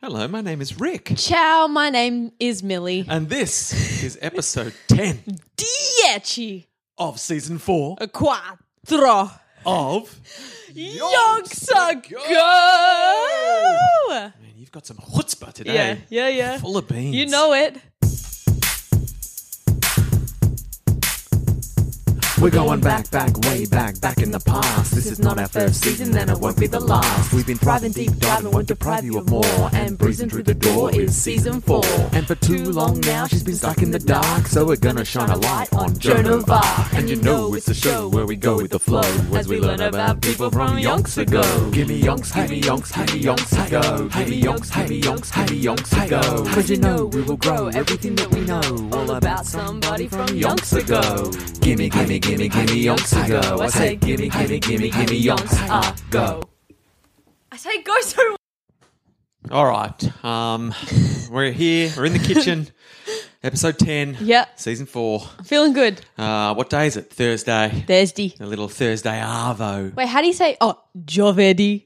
Hello, my name is Rick, Ciao, my name is Millie. and this is episode 10 Dieci of season 4 quattro of. yonks Go! ago. Man, you've got some chutzpah Yeah, today. yeah, yeah. Full of beans. You know it. We're going back, back, way back, back in the past. This is not our first season and it won't be the last. We've been thriving deep diving, won't deprive you of more. And breezing through the door is season four. And for too long now, she's been stuck in the dark. So we're gonna shine a light on Joan of Arc. And you know it's the show where we go with the flow. As we learn about people from yonks ago. Gimme yonks, hey me yonks, hey me yonks, hey go. Hey me yonks, hey me yonks, hey me yonks, hey go. Cause you know we will grow everything that we know. All about somebody from yonks ago. Gimme, gimme, gimme, gimme yonks ago. I say gimme, gimme, gimme, gimme yonks ago. I say go so. All right. Um, we're here. We're in the kitchen. episode 10. Yeah. Season 4. I'm feeling good. Uh, what day is it? Thursday. Thursday. A little Thursday Arvo. Wait, how do you say? Oh, Giovedì.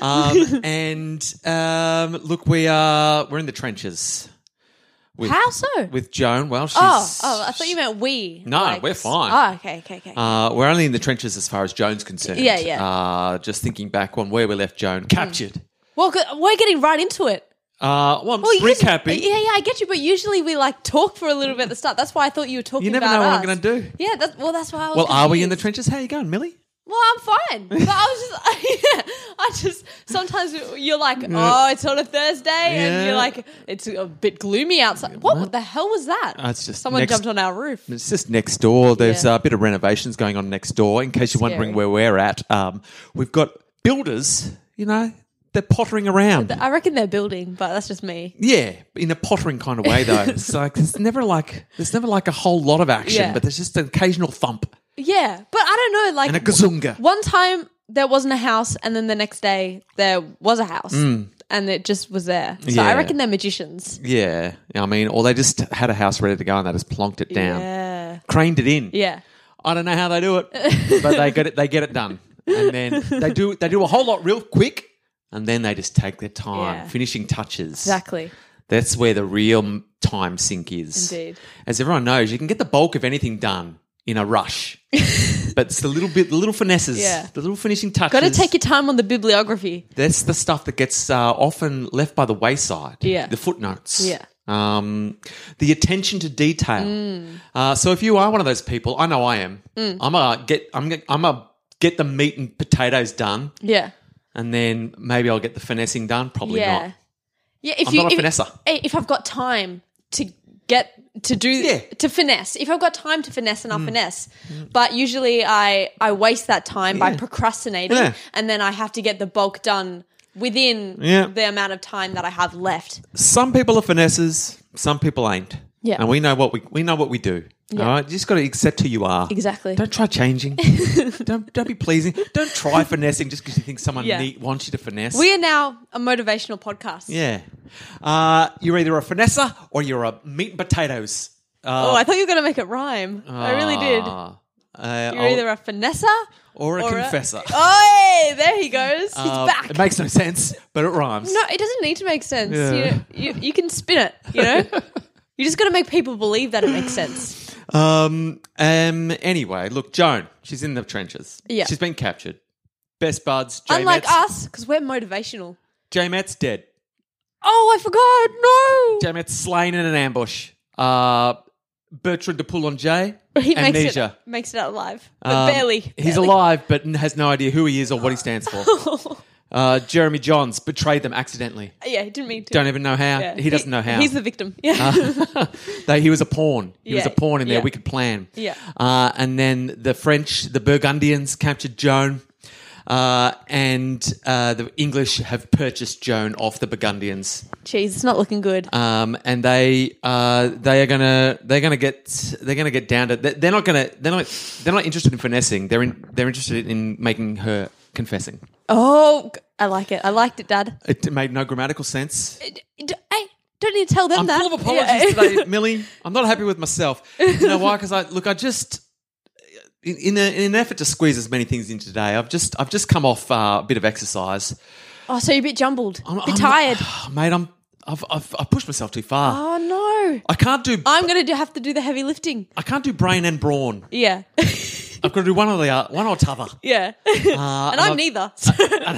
Um, and um, look, we are we're in the trenches. With, How so? With Joan. Well, she's. Oh, oh, I thought you meant we. No, we're fine. Oh, okay, okay, okay. Uh, we're only in the trenches as far as Joan's concerned. Yeah, yeah. Hmm. Uh, just thinking back on where we left Joan, captured. well, good- we're getting right into it. Uh, well, I'm Well, just recapping. usually- Yeah, yeah, I get you, but usually we like talk for a little bit at the start. That's why I thought you were talking. You never about know what I'm us. going to do. Yeah, that's, well, that's why I was. Well, are we in the confused. trenches? How you going, Millie? Well, I'm fine, but I was just, yeah, I just sometimes you're like, oh, it's on a Thursday, Yeah. and you're like, it's a bit gloomy outside. What, the hell was that? Uh, it's just someone next- jumped on our roof. It's just next door. There's Yeah. uh, a bit of renovations going on next door. In case you're wondering Scary. where we're at, um, we've got builders. You know, they're pottering around. I reckon they're building, but that's just me. Yeah, in a pottering kind of way though. it's like there's never like there's never like a whole lot of action, Yeah. but there's just an occasional thump Yeah, but I don't know. Like and a gazunga. one time there wasn't a house, and then the next day there was a house, and it just was there. So I Mm. Yeah. reckon they're magicians. Yeah, I mean, or they just had a house ready to go and they just plonked it down, Yeah, craned it in. yeah. I don't know how they do it, but they get it. They get it done, and then they do they do a whole lot real quick, and then they just take their time, Yeah. finishing touches. Exactly. That's where the real m- time sink is. Indeed. As everyone knows, you can get the bulk of anything done in a rush. but it's the little bit, the little finesses, Yeah. the little finishing touches. Got to take your time on the bibliography. That's the stuff that gets uh, often left by the wayside. Yeah. The footnotes. Yeah. Um, the attention to detail. Mm. Uh, so if you are one of those people, I know I am. I'm a get. I'm. a- I'm a get the meat and potatoes done, Yeah. and then maybe I'll get the finessing done. Probably yeah. not. Yeah, if I'm you not a if, finesser. eh, if I've got time to get to do Yeah. Mm. to finesse. If I've got time to finesse and I'll finesse. But usually I I waste that time by procrastinating Yeah. and then I have to get the bulk done within Yeah. the amount of time that I have left. some people are finesses, some people ain't. Yeah. And we know what we we know what we do. All right. You just gotta accept who you are. Exactly. Don't try changing. don't don't be pleasing. Don't try finessing just because you think someone Yeah. need, wants you to finesse. We are now a motivational podcast. yeah. Uh, you're either a finesser or you're a meat and potatoes. Oh, I thought you were going to make it rhyme. I really did. Uh, uh, You're either a finesser or a confessor. Oh, hey, there he goes. Uh, He's back. It makes no sense, but it rhymes. No, it doesn't need to make sense. Yeah. You, know, you you can spin it. You know, you just got to make people believe that it makes sense. Um. Um. Anyway, look, Joan. She's in the trenches. Yeah. uh, She's been captured. Best buds. J Unlike Met's, us, because we're motivational. J Met's dead. Oh, I forgot. Damn it, slain in an ambush. Uh, Bertrand de Poulenjay, No, he makes amnesia. it makes it out alive, but Um, barely. He's barely. alive, but n- has no idea who he is or what he stands for. uh, Jeremy Johns betrayed them accidentally. Yeah, he didn't mean to. Don't even know how. Yeah. He doesn't know how. Uh. He's the victim. Yeah, they, he was a pawn. He was Yeah. a pawn in their Yeah. wicked plan. Yeah. Uh, and then the French, the Burgundians captured Joan. Uh, and uh, the English have purchased Joan off the Burgundians. jeez, it's not looking good. um, and they uh, they are gonna they're gonna get they're gonna get down to they- they're not gonna they're not they're not interested in finessing they're in, they're interested in making her confessing. oh, g- I like it. I liked it, Dad. Uh, It made no grammatical sense. D- d- Hey, don't need to tell them I'm that. full of apologies Yeah. today, Millie. I'm not happy with myself. You know why? Because I look, I just in, in, a, in an effort to squeeze as many things in today, I've just I've just come off uh, a bit of exercise. Oh, so you're a bit jumbled, I'm, a I'm- bit tired. mate. I'm I've, I've I pushed myself too far. Oh no! I can't do I'm gonna do, have to do the heavy lifting. I can't do brain and brawn. Yeah, I've got to do one or the other, one or t'other. yeah. Uh, and I'm I've- neither.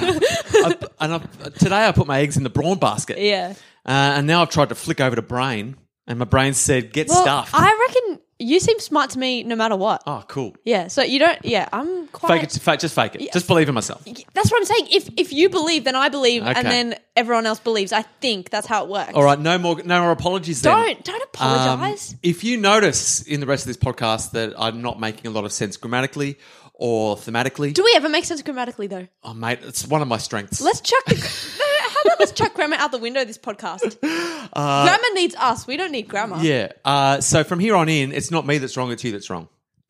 I, and I, today I put my eggs in the brawn basket. yeah. Uh, and now I've tried to flick over to brain, and my brain said, "Get Well, stuffed." I reckon you seem smart to me, no matter what. oh, cool. Yeah. So you don't. Yeah, I'm quite. Fake it. Fake, just fake it. Just believe in myself. That's what I'm saying. If if you believe, then I believe, Okay. and then everyone else believes. I think that's how it works. All right. No more. No more apologies. then. Don't don't Um, apologize. if you notice in the rest of this podcast that I'm not making a lot of sense grammatically or thematically, Do we ever make sense grammatically though? oh, mate, it's one of my strengths. Let's chuck the. How about let's chuck grammar out the window? This podcast. grammar needs us. We don't need grammar. Uh, yeah. Uh, so from here on in, it's not me that's wrong; it's you that's wrong.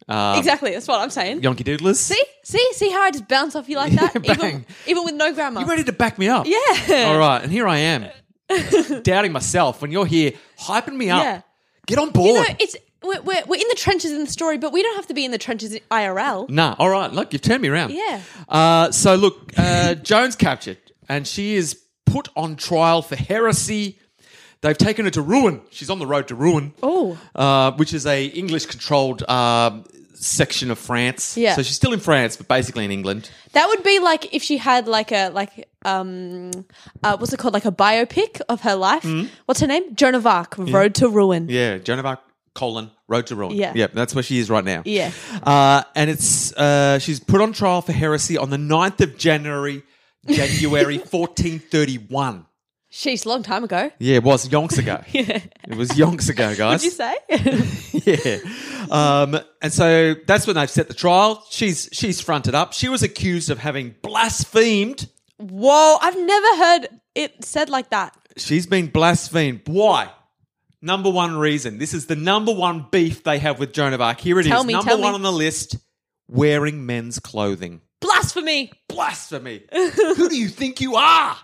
Um, Exactly. That's what I'm saying. Yonky Doodlers. See, see, see how I just bounce off you like that, even Bang. even with no grammar. You ready to back me up? Yeah. All right, and here I am, doubting myself when you're here hyping me up. Yeah. Get on You know, board. it's we're, we're, we're in the trenches in the story, but we don't have to be in the trenches IRL. nah, all right, look, you've turned me around. Yeah. Uh, so, look, uh, Joan's captured, and she is put on trial for heresy. They've taken her to ruin. She's on the road to ruin. Oh. Uh, which is a English-controlled um, section of France. Yeah. So she's still in France, but basically in England. That would be like if she had like a like um uh, what's it called like a biopic of her life. What's her name? Joan of Arc, Road to Ruin. Mm. Yeah, Joan of Arc, colon, road to ruin. Yeah. Yeah, that's where she is right now. Yeah. Uh, and it's uh, she's put on trial for heresy on the 9th of January, January 1431. She's a long time ago. Yeah, it was yonks ago. yeah. It was yonks ago, Would you guys. say? yeah. Um, and so that's when they've set the trial. She's she's fronted up. She was accused of having blasphemed. Whoa, I've never heard it said like that. She's been blasphemed. Why? Number one reason. This is the number one beef they have with Joan of Arc. Here it is. Tell me, number tell me. one on the list wearing men's clothing. Blasphemy. Blasphemy. Who do you think you are?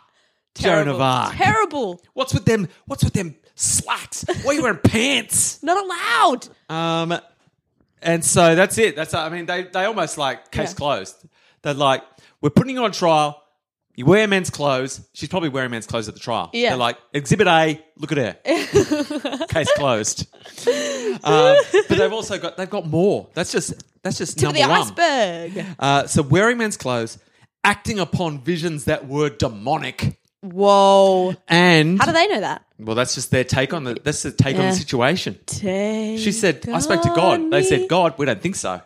Joan of Terrible. Arc. Terrible. What's with them? What's with them slacks? Why are you wearing pants? Not allowed. Um, and so that's it. That's I mean they they almost like case Yeah. closed. They're like we're putting you on trial. You wear men's clothes. She's probably wearing men's clothes at the trial. Yeah. They're like exhibit A. Look at her. case closed. Um, but they've also got they've got more. That's just that's just Tip of number one. the iceberg. Uh, so wearing men's clothes, acting upon visions that were demonic, Whoa. and How do they know that? well, that's just their take on the that's the take on Yeah. the situation. Take She said, "I spoke to God." on They me. said, "God, we don't think so."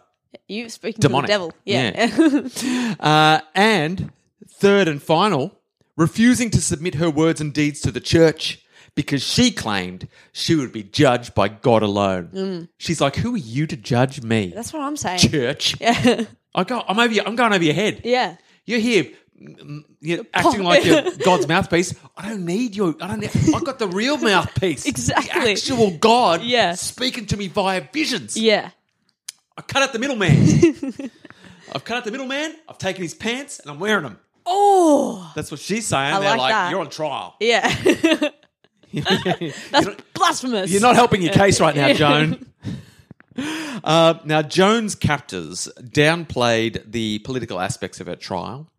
You speaking Demonic. to the devil. Yeah. Uh, and third and final, refusing to submit her words and deeds to the church because she claimed she would be judged by God alone. She's like, "Who are you to judge me, Mm. That's what I'm saying. church?" I go, I'm over. Your, I'm going over your head. Yeah. You're here mm, mm, you're acting like you're God's mouthpiece. I don't need you. I don't. Need, I've got the real mouthpiece. The Exactly. actual God. Yeah. Speaking to me via visions. Yeah. I've cut out the middleman. I've cut out the middleman. I've taken his pants and I'm wearing them. Oh. That's what she's saying. They're like like, that. you're on trial. Yeah. You're not- Blasphemous. You're not helping your case right now, Joan. Uh, now, Joan's captors downplayed the political aspects of her trial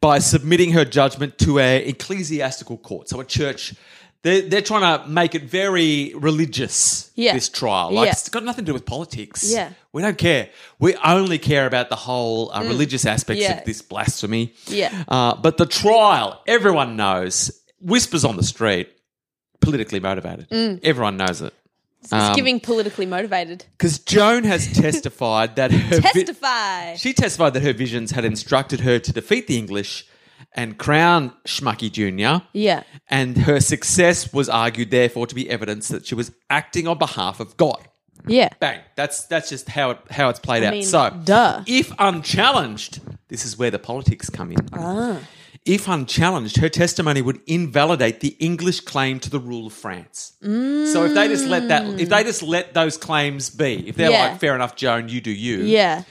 by submitting her judgment to a ecclesiastical court, so a church. They're, they're trying to make it very religious. Yeah. This trial, like Yeah. it's got nothing to do with politics. Yeah. Mm. we don't care. We only care about the whole uh, religious aspects Yeah. of this blasphemy. Yeah. Uh, but the trial, everyone knows, whispers on the street, politically motivated. Mm. Everyone knows it. Um, It's giving politically motivated. Because Joan has testified that her vi- Testify. she testified that her visions had instructed her to defeat the English and crown Schmucky Jr. Yeah. And her success was argued, therefore, to be evidence that she was acting on behalf of God. Yeah. Bang. That's that's just how it how it's played out. mean, so, duh. if unchallenged, this is where the politics come in. Ah. If unchallenged, her testimony would invalidate the English claim to the rule of France. So if they just let that, if they just let those claims be, if they're Mm. Yeah. like, fair enough, Joan, you do you. Yeah.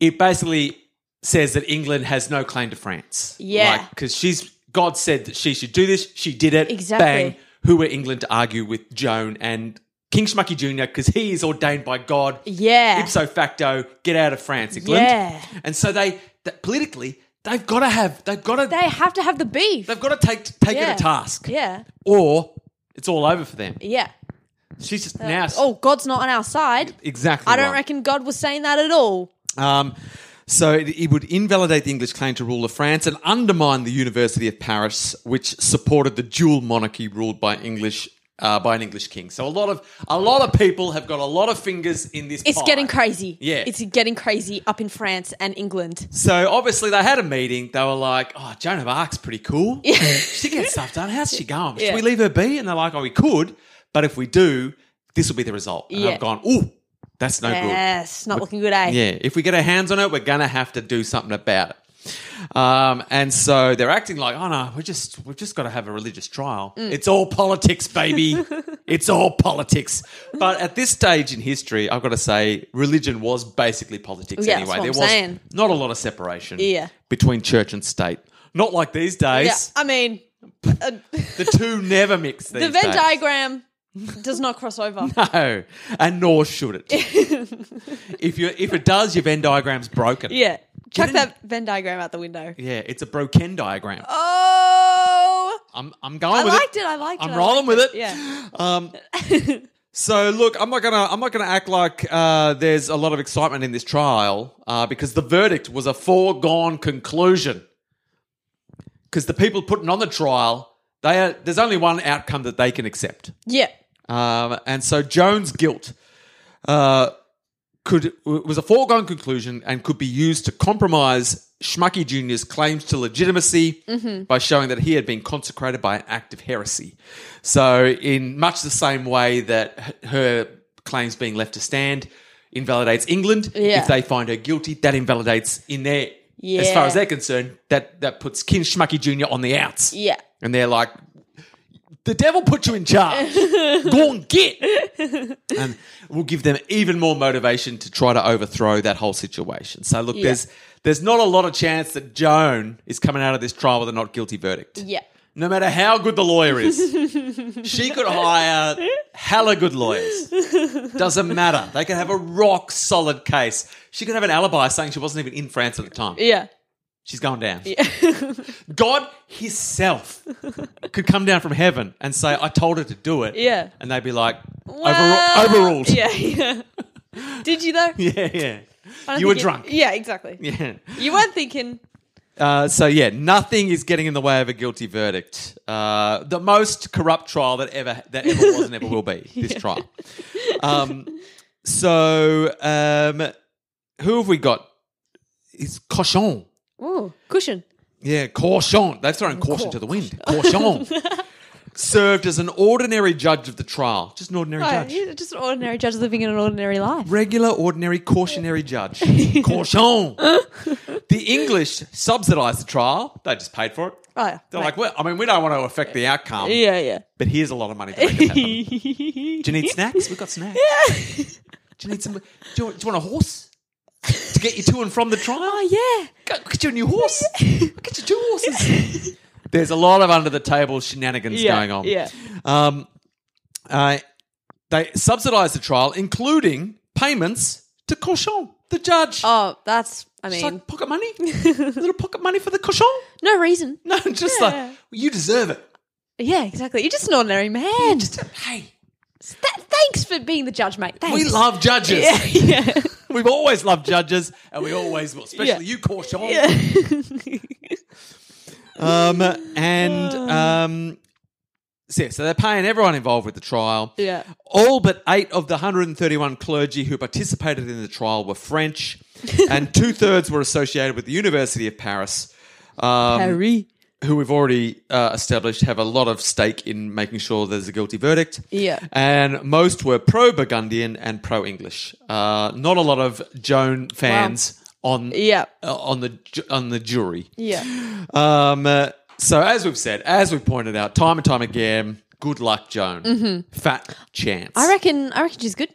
It basically says that England has no claim to France. Yeah. Because she's God said that she should do this. She did it. Exactly. Bang. Who were England to argue with Joan and King Schmucky Jr. Because he is ordained by God Yeah. ipso facto, get out of France, England. Yeah. And so they that politically They've got to have. They've got to. They have to have the beef. They've got to take take yeah. it a task. Yeah. Or it's all over for them. Yeah. She's just now. Oh, God's not on our side. exactly. I don't right. reckon God was saying that at all. Um, so it, it would invalidate the English claim to rule of France and undermine the University of Paris, which supported the dual monarchy ruled by English uh, by an English king. So a lot of a lot of people have got a lot of fingers in this. It's pie. getting crazy. Yeah. It's getting crazy up in France and England. So obviously they had a meeting. They were like, "Oh, Joan of Arc's pretty cool. she gets stuff done. How's she going? Should Yeah. we leave her be?" And they're like, "Oh, we could, but if we do, this will be the result." And Yeah. I've gone, "Ooh, that's no good." Yes. Not looking good, eh? Yeah, if we get our hands on it, we're gonna have to do something about it. Um, and so they're acting like, oh no, we're just we've just got to have a religious trial. Mm. It's all politics, baby. it's all politics. But at this stage in history, I've got to say, religion was basically politics Yeah, that's anyway. what there was I'm saying. not a lot of separation Yeah. between church and state. Not like these Yeah. days. I mean, uh, The two never mix. These the Venn days. diagram does not cross over. No, and nor should it. if you if it does, your Venn diagram's broken. Yeah. Chuck Didn't- that Venn diagram out the window. Yeah, it's a broken diagram. Oh. I'm I'm going I with liked it. it. I liked it. I'm I rolling liked with it. Yeah. Um, so look, I'm not gonna I'm not gonna act like uh, there's a lot of excitement in this trial uh, because the verdict was a foregone conclusion. Because the people putting on the trial, they are, there's only one outcome that they can accept, Yeah. um, and so Jones' guilt uh, could was a foregone conclusion and could be used to compromise Schmucky Jr.'s claims to legitimacy Mm-hmm. by showing that he had been consecrated by an act of heresy. So, in much the same way that h- her claims being left to stand invalidates England, Yeah. if they find her guilty, that invalidates in their as far Yeah. as they're concerned, that that puts King Schmucky Jr. on the outs. Yeah. And they're like, the devil put you in charge. Go and get. And we'll give them even more motivation to try to overthrow that whole situation. So look, there's there's not a lot of chance that Joan is coming out of this trial with a not guilty verdict. Yeah. No matter how good the lawyer is, she could hire hella good lawyers. Doesn't matter. They can have a rock solid case. She could have an alibi saying she wasn't even in France at the time. Yeah. She's going down. God Himself could come down from heaven and say, I told her to do it. Yeah. And they'd be like, "Overru- Well, overruled. Yeah. Yeah. Did you though? Yeah, yeah. I don't You were think it- drunk. yeah, exactly. Yeah. You weren't thinking. Uh, so, yeah, nothing is getting in the way of a guilty verdict. Uh, the most corrupt trial that ever, that ever was and ever will be, this trial. Um, so, um, who have we got? It's Cochon. Ooh, cushion. Yeah, caution. They've thrown caution to the wind. Caution. Served as an ordinary judge of the trial. Just an ordinary Oh, judge. you're just an ordinary judge living in an ordinary life. Regular, ordinary, cautionary judge. caution. the English subsidised the trial. They just paid for it. Oh, yeah. They're Right. like, well, I mean, we don't want to affect the outcome, yeah, yeah. but here's a lot of money to make it happen. Do you need snacks? We've got snacks. Do you need some? Do you, want- do you want a horse to get you to and from the trial? Oh, yeah. Go, get you a new horse. get you two horses. There's a lot of under the table shenanigans Yeah, going on. yeah. Um, uh, they subsidised the trial, including payments to Cochon, the judge. Oh, that's. I It's mean, like pocket money, a little pocket money for the Cochon. no reason. No, just Yeah. like you deserve it. Yeah, exactly. You're just an ordinary man. Just hey, Th- thanks for being the judge, mate. Thanks. we love judges. Yeah, yeah. We've always loved judges, and we always will, especially Yeah. you, Cochon. Um, and um, so, yeah, so they're paying everyone involved with the trial. Yeah. All but eight of the 131 clergy who participated in the trial were French, and two thirds were associated with the University of Paris, um, Harry. who we've already uh, established have a lot of stake in making sure there's a guilty verdict. Yeah. And most were pro Burgundian and pro English. Uh, not a lot of Joan fans on Yeah. uh, on the ju- on the jury. Yeah. Um, uh, so as we've said, as we've pointed out time and time again, good luck, Joan. Fat chance. Mm-hmm. I reckon. I reckon she's good.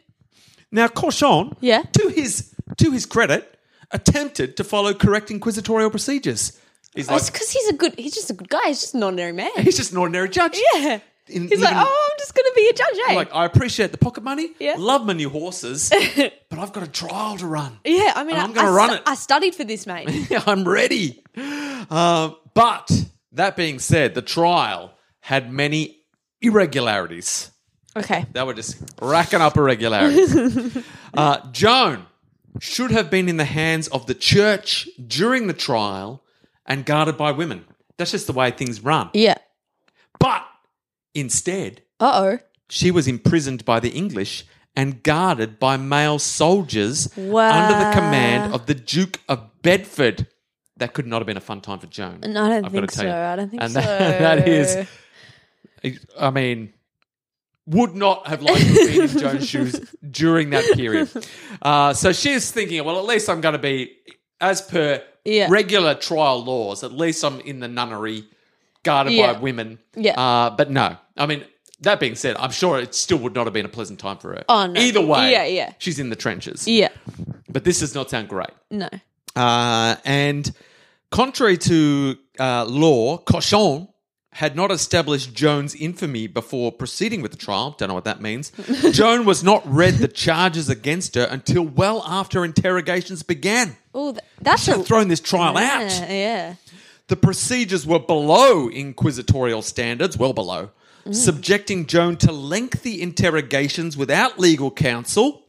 now, Cochon, Yeah. to his to his credit, attempted to follow correct inquisitorial procedures. He's It's like, because he's a good. He's just a good guy. He's just an ordinary man. he's just an ordinary judge. Yeah. in, He's like, even- oh, I'm just going to be a judge, eh? like, "Oh, I appreciate the pocket money. Yeah. Love my new horses, but I've got a trial to run. yeah, I mean, I'm I- gonna I run stu- it. I studied for this, mate. I'm ready. Um, but that being said, the trial had many irregularities. okay. They were just racking up irregularities. uh, Joan should have been in the hands of the church during the trial and guarded by women. That's just the way things run. Yeah. But instead, Uh oh. she was imprisoned by the English and guarded by male soldiers Wow. under the command of the Duke of Bedford. That could not have been a fun time for Joan. No, I don't I've gotta think tell so. you. I don't think and so. that- that is, I mean, would not have liked to be in Joan's shoes during that period. Uh, so she's thinking, well, at least I'm going to be, as per Yeah. regular trial laws, at least I'm in the nunnery, guarded Yeah. by women. Yeah. Uh, but no, I mean, that being said, I'm sure it still would not have been a pleasant time for her. Oh, no. Either way, Yeah, yeah. she's in the trenches. Yeah. But this does not sound great. No. Uh, and contrary to uh, law, Cochon had not established Joan's infamy before proceeding with the trial. Don't know what that means. Joan was not read the charges against her until well after interrogations began. Oh, th- that's a Should have thrown this trial yeah, out. yeah. The procedures were below inquisitorial standards, well below, subjecting Joan to lengthy interrogations without legal counsel.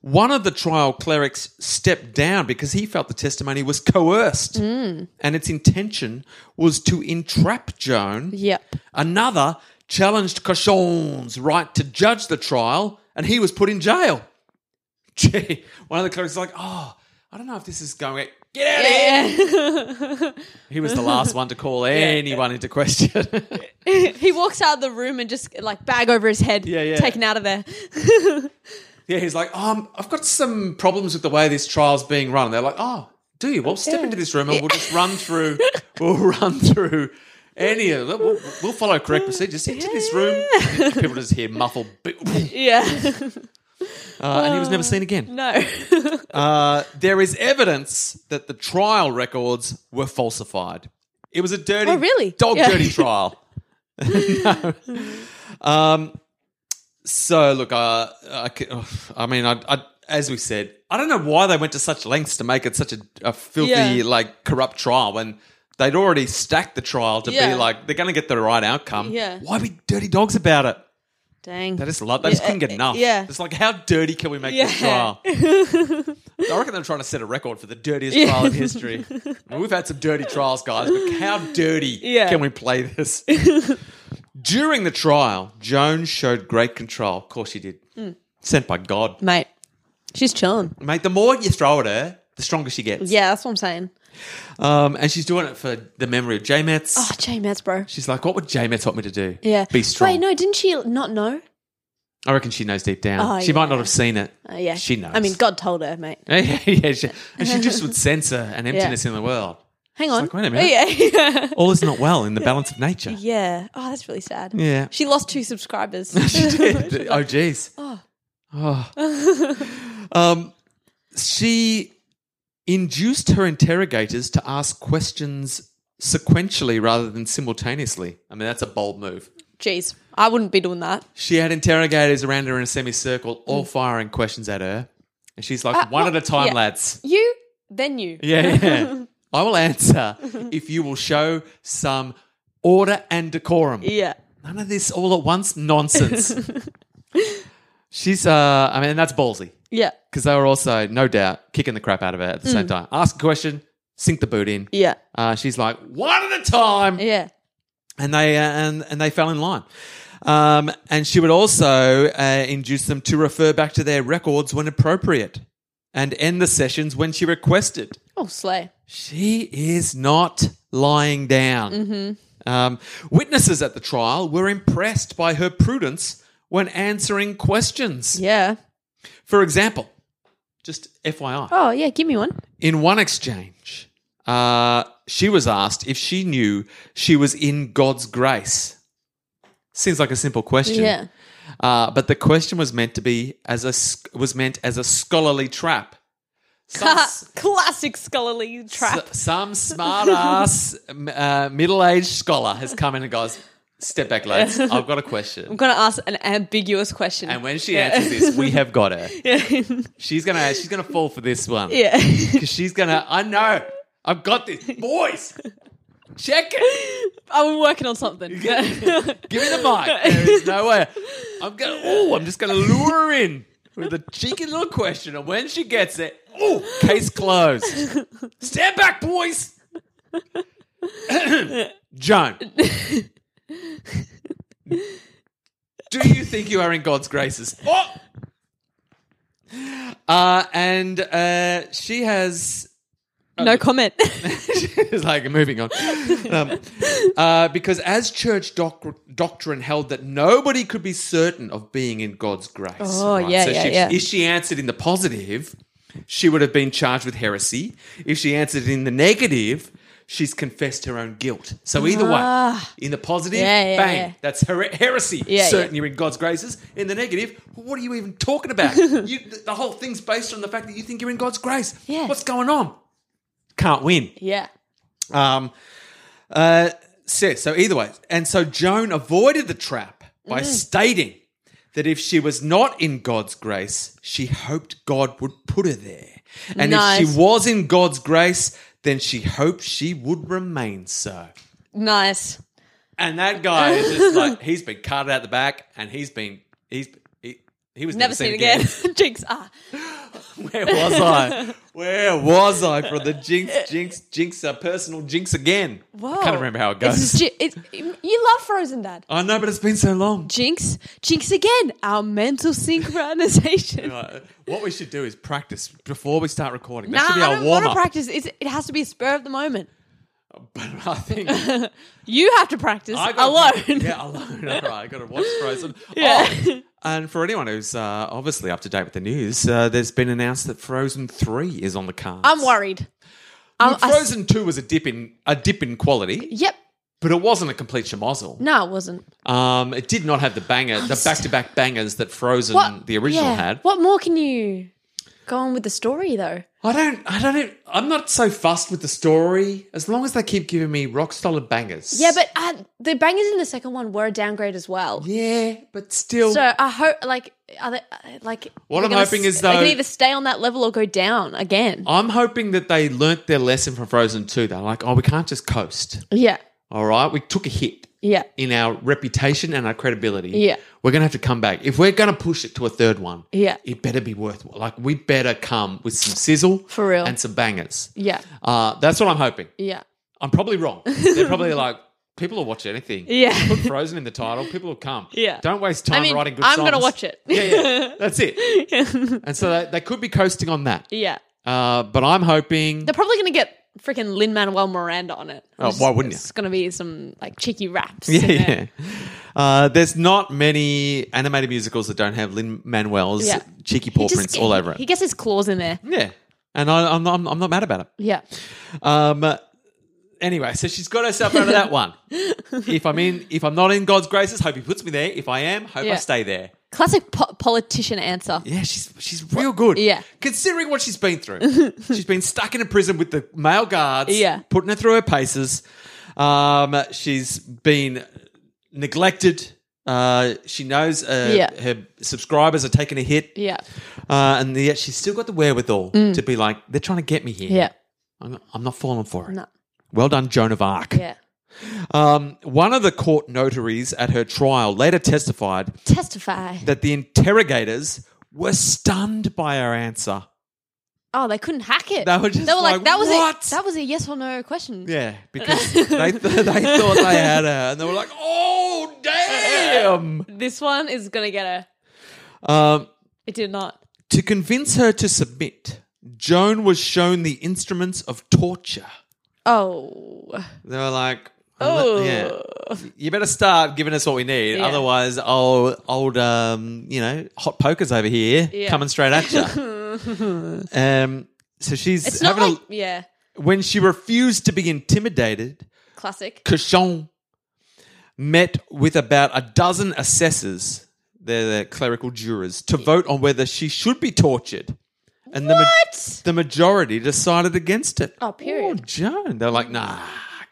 One of the trial clerics stepped down because he felt the testimony was coerced and its intention was to entrap Joan. Yep. Another challenged Cochon's right to judge the trial and he was put in jail. Gee, one of the clerics was like, oh, I don't know if this is going. Get out of here! He was the last one to call anyone into question. he walks out of the room and just like bag over his head, Yeah, yeah. taken out of there. yeah, he's like, um, I've got some problems with the way this trial's being run. And they're like, oh, do you? Well, step into this room and we'll just run through. We'll run through any of them. We'll, we'll follow correct procedures. Into this room, people just hear muffled. bi- yeah. Uh, and he was never seen again. No. Uh, there is evidence that the trial records were falsified. It was a dirty, Oh, really? dog Yeah. dirty trial. no. Um, so look, uh, I, c- ugh, I mean, I, I, as we said, I don't know why they went to such lengths to make it such a, a filthy, Yeah. like corrupt trial when they'd already stacked the trial to Yeah. be like they're going to get the right outcome. Yeah. Why be dirty dogs about it? Dang. They just love. They just Yeah, couldn't get uh, enough. yeah. it's like how dirty can we make this Yeah. trial? I reckon they're trying to set a record for the dirtiest trial in history. I mean, we've had some dirty trials, guys, but how dirty Yeah. can we play this? During the trial, Joan showed great control. Of course, she did. Mm. Sent by God, Mate, she's chilling. mate. The more you throw at her, the stronger she gets. Yeah, that's what I'm saying. Um, and she's doing it for the memory of J Metz. Oh, J Mets, bro. She's like, "What would J Metz want me to do? Yeah. be strong." Wait, no, didn't she not know? I reckon she knows deep down. Oh, she might yeah. not have seen it. Uh, yeah. she knows. I mean, God told her, mate. yeah, yeah, she, and she just would sense her an emptiness in the world. Hang on. Oh, like, wait a minute. Yeah. All is not well in the balance of nature. yeah. Oh, that's really sad. Yeah. She lost two subscribers. She did. Oh, geez. Oh. Um, she induced her interrogators to ask questions sequentially rather than simultaneously. I mean, that's a bold move. Jeez. I wouldn't be doing that. She had interrogators around her in a semicircle, all firing questions at her. And she's like, one what? at a time, Yeah. lads. You, then you. Yeah, yeah. I will answer if you will show some order and decorum. Yeah. None of this all at once nonsense. She's, uh, I mean, that's ballsy Yeah. because they were also, no doubt, kicking the crap out of her at the same time. Ask a question, sink the boot in. Mm. Yeah. Uh, she's like one at a time, Yeah. and they uh, and and they fell in line. Um, and she would also uh, induce them to refer back to their records when appropriate, and end the sessions when she requested. Oh, slay. She is not lying down. Mm-hmm. Um, witnesses at the trial were impressed by her prudence when answering questions. Yeah. For example, just FYI, Oh, yeah. Give me one. in one exchange, uh, she was asked if she knew she was in God's grace. Seems like a simple question, Yeah. uh, but the question was meant to be as a sc- was meant as a scholarly trap. Some s- Classic scholarly trap. S- some smart ass uh, middle aged scholar has come in and goes, Step back, lads. I've got a question. I'm going to ask an ambiguous question. And when she answers this, we have got her. She's gonna she's gonna fall for this one. yeah. Cause she's gonna I know. I've got this. Boys! Check it! I'm working on something. Give me the mic. There is no way. I'm gonna oh, I'm just gonna lure her in with a cheeky little question. And when she gets it, oh, case closed. Stand back, boys. Joan. Do you think you are in God's graces? Oh! Uh, and uh, she has no comment. it's like moving on. Um, uh, because as church doc- doctrine held that nobody could be certain of being in God's grace. Oh, yeah, so yeah, she, yeah. If she answered in the positive, she would have been charged with heresy. If she answered in the negative, she's confessed her own guilt. So either Ah. way, in the positive, Yeah, yeah, bang, yeah. that's her- heresy. Yeah, certain yeah. you're in God's graces. In the negative, what are you even talking about? you, th- the whole thing's based on the fact that you think you're in God's grace. Yeah. What's going on? Can't win. yeah. Um, uh, so, so either way, and so Joan avoided the trap Mm. by stating that if she was not in God's grace, she hoped God would put her there, and if Nice. she was in God's grace, then she hoped she would remain so. Nice. And that guy is just like he's been carted out the back, and he's been he's he, he was Never, seen, again. Jinx. Ah. Where was I? Where was I for the jinx, jinx, jinx, a personal jinx again? Whoa. I can't remember how it goes. It's, Ji- it's, you love Frozen, Dad. I know, Oh, but it's been so long. Jinx. Jinx again. Our mental synchronization. Uh, What we should do is practice before we start recording. That Nah, should be I our don't want warm to up. practice. It's, it has to be a spur of the moment. but I think You have to practice I alone. gotta- yeah, alone. All right, I got to watch Frozen. Yeah. Oh, and for anyone who's uh, obviously up to date with the news, uh, there's been announced that Frozen Three is on the cards. I'm worried. I'm, Look, I s- Frozen Two was a dip in a dip in quality, yep. but it wasn't a complete schmozzle. No, it wasn't. Um, it did not have the banger, the back to back bangers that Frozen What the original yeah. had. What more can you go on with the story though? I don't, I don't, I'm not so fussed with the story as long as they keep giving me rock solid bangers. Yeah, but uh, the bangers in the second one were a downgrade as well. yeah, but still, So I hope, like, are they, uh, like What they're I'm gonna hoping s- is, they though- can either stay on that level or go down again. I'm hoping that they learnt their lesson from Frozen 2. They're like, oh, we can't just coast. yeah, All right, we took a hit yeah, in our reputation and our credibility. Yeah. we're gonna have to come back if we're gonna push it to a third one. Yeah. it better be worthwhile. Like we better come with some sizzle For real. and some bangers. yeah, Uh, that's what I'm hoping. yeah, I'm probably wrong. They're probably like, people will watch anything. Yeah. Put Frozen in the title, people will come. Yeah. Don't waste I time mean, writing good I'm songs. gonna watch it. yeah, yeah. That's it. And so they, they could be coasting on that. yeah. Uh, but I'm hoping. They're probably gonna get freaking Lin Manuel Miranda on it. Oh, why wouldn't you? It's gonna be some like cheeky raps. yeah, in there. yeah. Uh, there's not many animated musicals that don't have Lin Manuel's Yeah. cheeky He paw just- prints all over it. He gets his claws in there. yeah. And I, I'm, not, I'm- I'm not mad about it. Yeah. Um, uh, anyway, so she's got herself out of that one. If I'm in, if I'm not in God's graces, hope He puts me there. If I am, hope Yeah. I stay there. Classic po- politician answer. Yeah, she's she's real good. Yeah. Considering what she's been through. she's been stuck in a prison with the male guards, Yeah. putting her through her paces. Um, she's been neglected. Uh, she knows uh, Yeah. her subscribers are taking a hit. Yeah. Uh, and yet she's still got the wherewithal to be like, they're trying to get me here. Mm. Yeah. I'm not, I'm not falling for it. No. Well done, Joan of Arc. Yeah. Um, one of the court notaries at her trial later testified Testify. that the interrogators were stunned by her answer. Oh, they couldn't hack it. They were just like, that was "What?" A, that was a yes or no question. Yeah, because they, th- they thought they had her, and they were like, "Oh, damn!" This one is gonna get a. Um, It did not. to convince her to submit, Joan was shown the instruments of torture. Oh. They were like, Oh. yeah, you better start giving us what we need, Yeah. otherwise, old old um, you know, hot pokers over here Yeah. coming straight at you." um, so she's It's not having like a, yeah. when she refused to be intimidated. Classic. Cochon met with about a dozen assessors, they're the clerical jurors, to vote on whether she should be tortured. And The, ma- What? the majority decided against it. Oh, period. Oh, Joan. They're like, nah,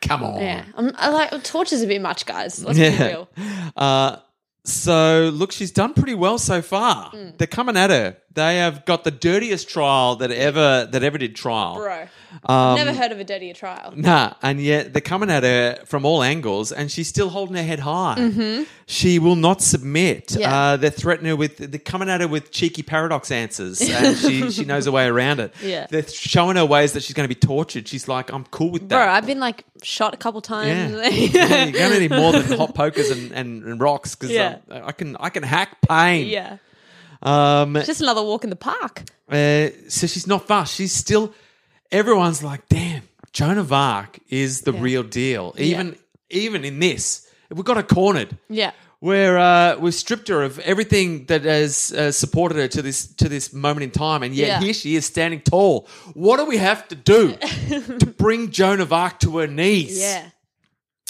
Come on. Yeah, I'm, I like torture's a bit much, guys. Let's be Yeah. real. Uh, so look, she's done pretty well so far. Mm. They're coming at her. They have got the dirtiest trial that ever that ever did trial. bro. Um, Never heard of a dirtier trial. Nah, and yet they're coming at her from all angles, and she's still holding her head high. She will not submit. Mm-hmm. Yeah. Uh, they're threatening her with they're coming at her with cheeky paradox answers, and she she knows a way around it. Yeah. they're showing her ways that she's going to be tortured. She's like, I'm cool with Bro, that. I've been like shot a couple times. Yeah. yeah, you're gonna need more than hot pokers and, and, and rocks because Yeah. I can I can hack pain. Yeah. Um. Just another walk in the park. uh, so she's not fast. She's still. Everyone's like, damn, Joan of Arc is the real deal. Even even in this, we got her cornered. Yeah. Where uh, we've stripped her of everything that has uh, supported her to this to this moment in time, and yet Yeah. here she is standing tall. What do we have to do to bring Joan of Arc to her knees? Yeah.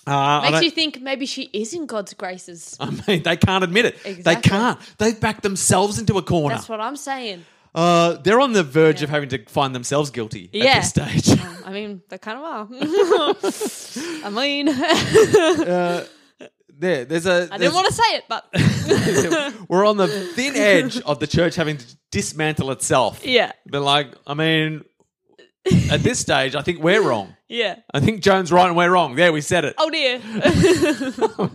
Uh, I don't- Ah. Makes you think maybe she is in God's graces. I mean, they can't admit it. They Exactly. can't. They've backed themselves into a corner. That's what I'm saying. uh, they're on the verge of having to find themselves guilty Yeah. at this stage. I mean, they kind of are. I mean, Uh, I there, there's a. didn't want to say it, but We're on the thin edge of the church having to dismantle itself. Yeah. But, like, I mean, at this stage, I think we're wrong. yeah. I think Joan's right and we're wrong. There, we said it. Oh dear. Oh.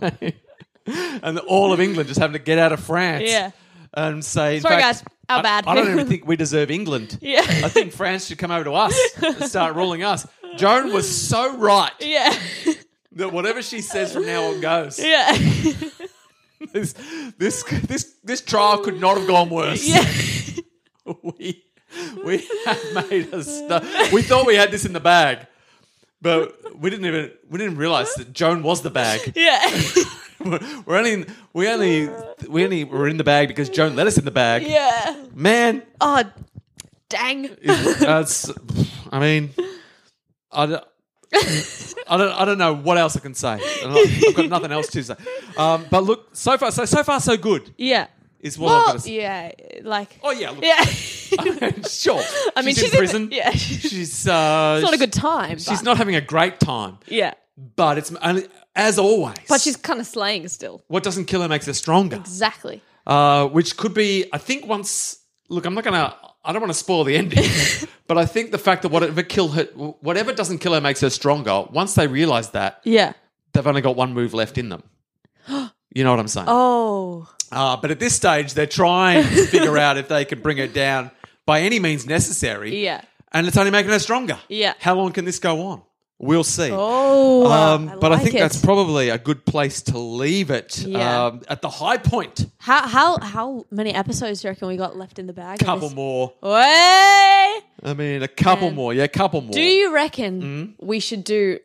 and all of England just having to get out of France. Yeah. And say, in Sorry, fact, guys. Our I- bad. I don't even think we deserve England. Yeah. I think France should come over to us and start ruling us. Joan was so right yeah. that whatever she says from now on goes. Yeah. This, this, this, this trial could not have gone worse. Yeah. we we have made a stuff. We thought we had this in the bag, but we didn't even we didn't realize that Joan was the bag. Yeah. We're we're only we only we only were in the bag because Joan let us in the bag. Yeah. Man, Oh, dang. that's I mean, I don't. I don't. I don't know what else I can say. I'm not- I've got nothing else to say. Um, but look, so far, so so far, so good Yeah. is what I've got Well, to say. yeah. Like. Oh yeah, look, Yeah. sure. I mean, she's, in prison. yeah. It's she's uh, not a good time. She's but- not having a great time, Yeah. but it's only as always. But she's kind of slaying still. what doesn't kill her makes her stronger, Exactly. uh, which could be. I think once. Look, I'm not gonna. I don't want to spoil the ending, but I think the fact that whatever kill her, whatever doesn't kill her makes her stronger. Once they realize that, Yeah. they've only got one move left in them. You know what I'm saying? Oh. Uh, but at this stage, they're trying to figure out if they can bring her down by any means necessary. Yeah. And it's only making her stronger. Yeah. How long can this go on? We'll see. Oh. Um, but I like think it. that's probably a good place to leave it. Yeah. Um, at the high point, how how how many episodes do you reckon we got left in the bag? of couple this? more. Way. I mean, a couple Man. more. Yeah, couple more. Do you reckon Mm-hmm. we should do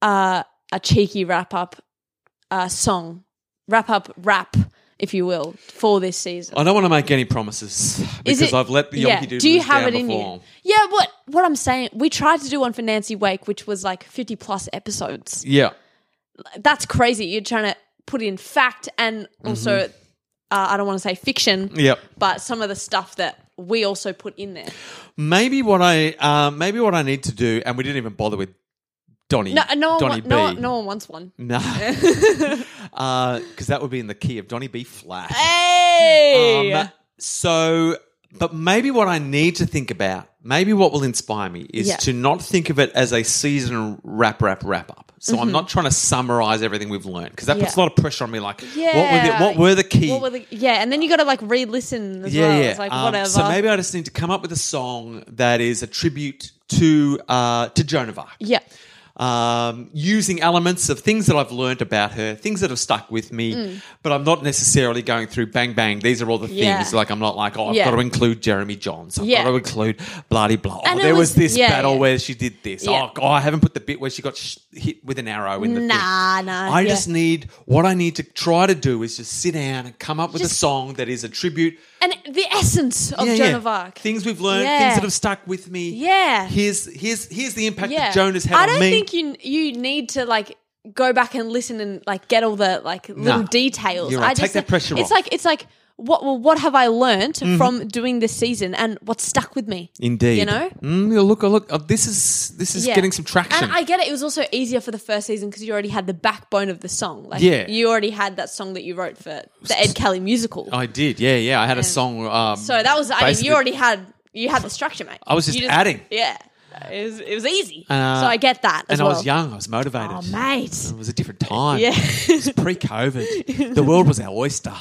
uh, a cheeky wrap up uh, song, wrap up rap, if you will, for this season? I don't want to make any promises Is because it- I've let the yeah. Yonky Doodles Do you have down it in before. you? Yeah. What what I'm saying, we tried to do one for Nancy Wake, which was like 50 plus episodes. Yeah. That's crazy. You're trying to put in fact and also, Mm-hmm. uh, I don't want to say fiction, Yep. but some of the stuff that we also put in there. Maybe what I uh, maybe what I need to do, and we didn't even bother with Donny. No, uh, no, one, Donny wa- no, B. no one wants one. No. Because that would be in the key of Donny B flat. Hey. Um, so, but maybe what I need to think about, maybe what will inspire me is Yeah. to not think of it as a season wrap, wrap, wrap up. So I'm not trying to summarize everything we've learned because that puts a Mm-hmm. Yeah. lot of pressure on me. Like, Yeah. what were the, what were the key? What were the, yeah, and then you got to like re-listen as well. It's like Um, whatever. So maybe I just need to come up with a song that is a tribute to uh, to Joan of Arc. yeah, Um, using elements of things that I've learned about her, things that have stuck with me, but I'm not necessarily going through bang bang. These are all the things. Mm. Yeah. Like I'm not like, oh, I've Yeah. got to include Jeremy Johns. I've Yeah. got to include bloody blah. Oh, And it there was, was- this yeah, battle yeah. where she did this. Yeah. Oh, God, I haven't put the bit where she got sh- hit with an arrow in the thing. Nah, nah, I yeah. just need what I need to try to do is just sit down and come up with a Just- song that is a tribute and the essence of yeah, Joan yeah. of Arc. Things we've learned, Yeah. things that have stuck with me. Yeah. Here's here's here's the impact yeah, that Joan has had I on don't me. think you you need to like go back and listen and like get all the like little Nah. details. You're right. I Take that pressure it's off. Mm-hmm. like it's like what well, what have I learned from doing this season and what stuck with me? Indeed. You know? Mm, yeah, look, look. uh, this is this is Yeah. getting some traction. And I get it. It was also easier for the first season because you already had the backbone of the song. Like, Yeah. you already had that song that you wrote for the Ed Kelly musical. I did. Yeah, yeah. I had a song. Um, so that was. I mean, Oh, basically- you already had you had the structure, mate. I was just You adding. Yeah, it was, it was easy. Uh, so I get that. And as well. I was young. I was motivated. oh mate. It was a different time. Yeah. It was pre COVID. the world was our oyster.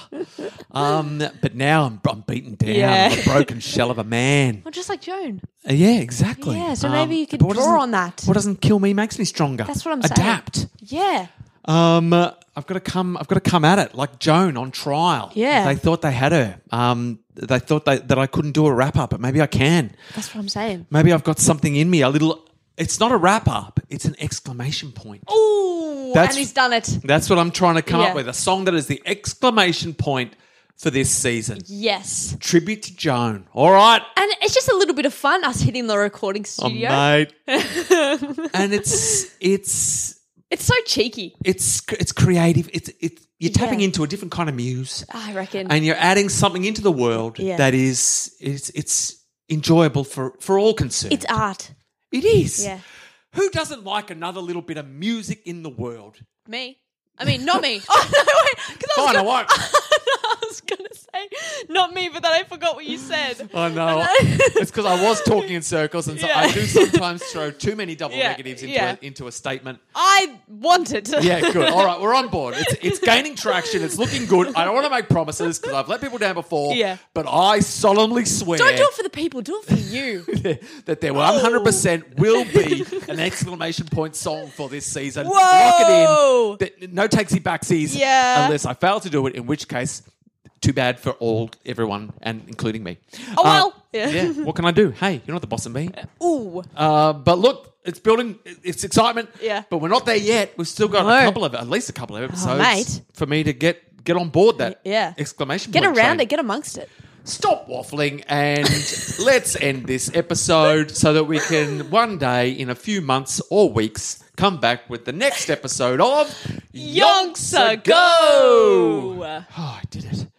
Um, but now I'm, I'm beaten down. Yeah. I'm a broken shell of a man. Well, just like Joan. Uh, Yeah, exactly. Yeah, so Um, maybe you could but what draw doesn't- on that. What doesn't kill me makes me stronger. That's what I'm saying. Adapt. Yeah. Um, uh, I've got to come. I've got to come at it like Joan on trial. Yeah. they thought they had her. Um, they thought they, that I couldn't do a wrap up, but maybe I can. That's what I'm saying. Maybe I've got something in me. A little. It's not a wrap up. It's an exclamation point. Ooh, That's- and he's done it. That's what I'm trying to come Yeah. up with. A song that is the exclamation point for this season. Yes. Tribute to Joan. All right. Oh, And it's just a little bit of fun, us hitting the recording studio. mate. and it's it's It's so cheeky, it's it's creative. It's it's you're tapping Yeah. into a different kind of muse. I reckon. and you're adding something into the world Yeah. that is it's it's enjoyable for for all concerned. it's art. It is. Yeah. Who doesn't like another little bit of music in the world? Me. I mean, not me. Oh, no, wait. 'cause I was Fine, I gonna- won't. I was going to say, not me, but then I forgot what you said. I know. it's because I was talking in circles, and so I Yeah. do sometimes throw too many double Yeah, negatives into yeah. a, into a statement. I wanted to. Yeah, good. All right, we're on board. It's, it's gaining traction. It's looking good. I don't want to make promises because I've let people down before. Yeah. But I solemnly swear Don't do it for the people, do it for you. that there 100% will be an exclamation point song for this season. Whoa! Lock it in. That- No takesy backsies. Yeah. Unless I fail to do it, in which case, too bad for all, everyone, and including me. Uh, Oh, well. yeah. Yeah. What can I do? Hey, you're not the boss of me. Ooh. Uh, but look, it's building. It's excitement. Yeah. But we're not there yet. We've still got a No. Oh, couple of, at least a couple of episodes mate. for me to get get on board that. Yeah. Exclamation! Get point around train it, get amongst it. stop waffling and let's end this episode so that we can one day in a few months or weeks come back with the next episode of Yonks Yonks Ago. Ago. Oh, I did it.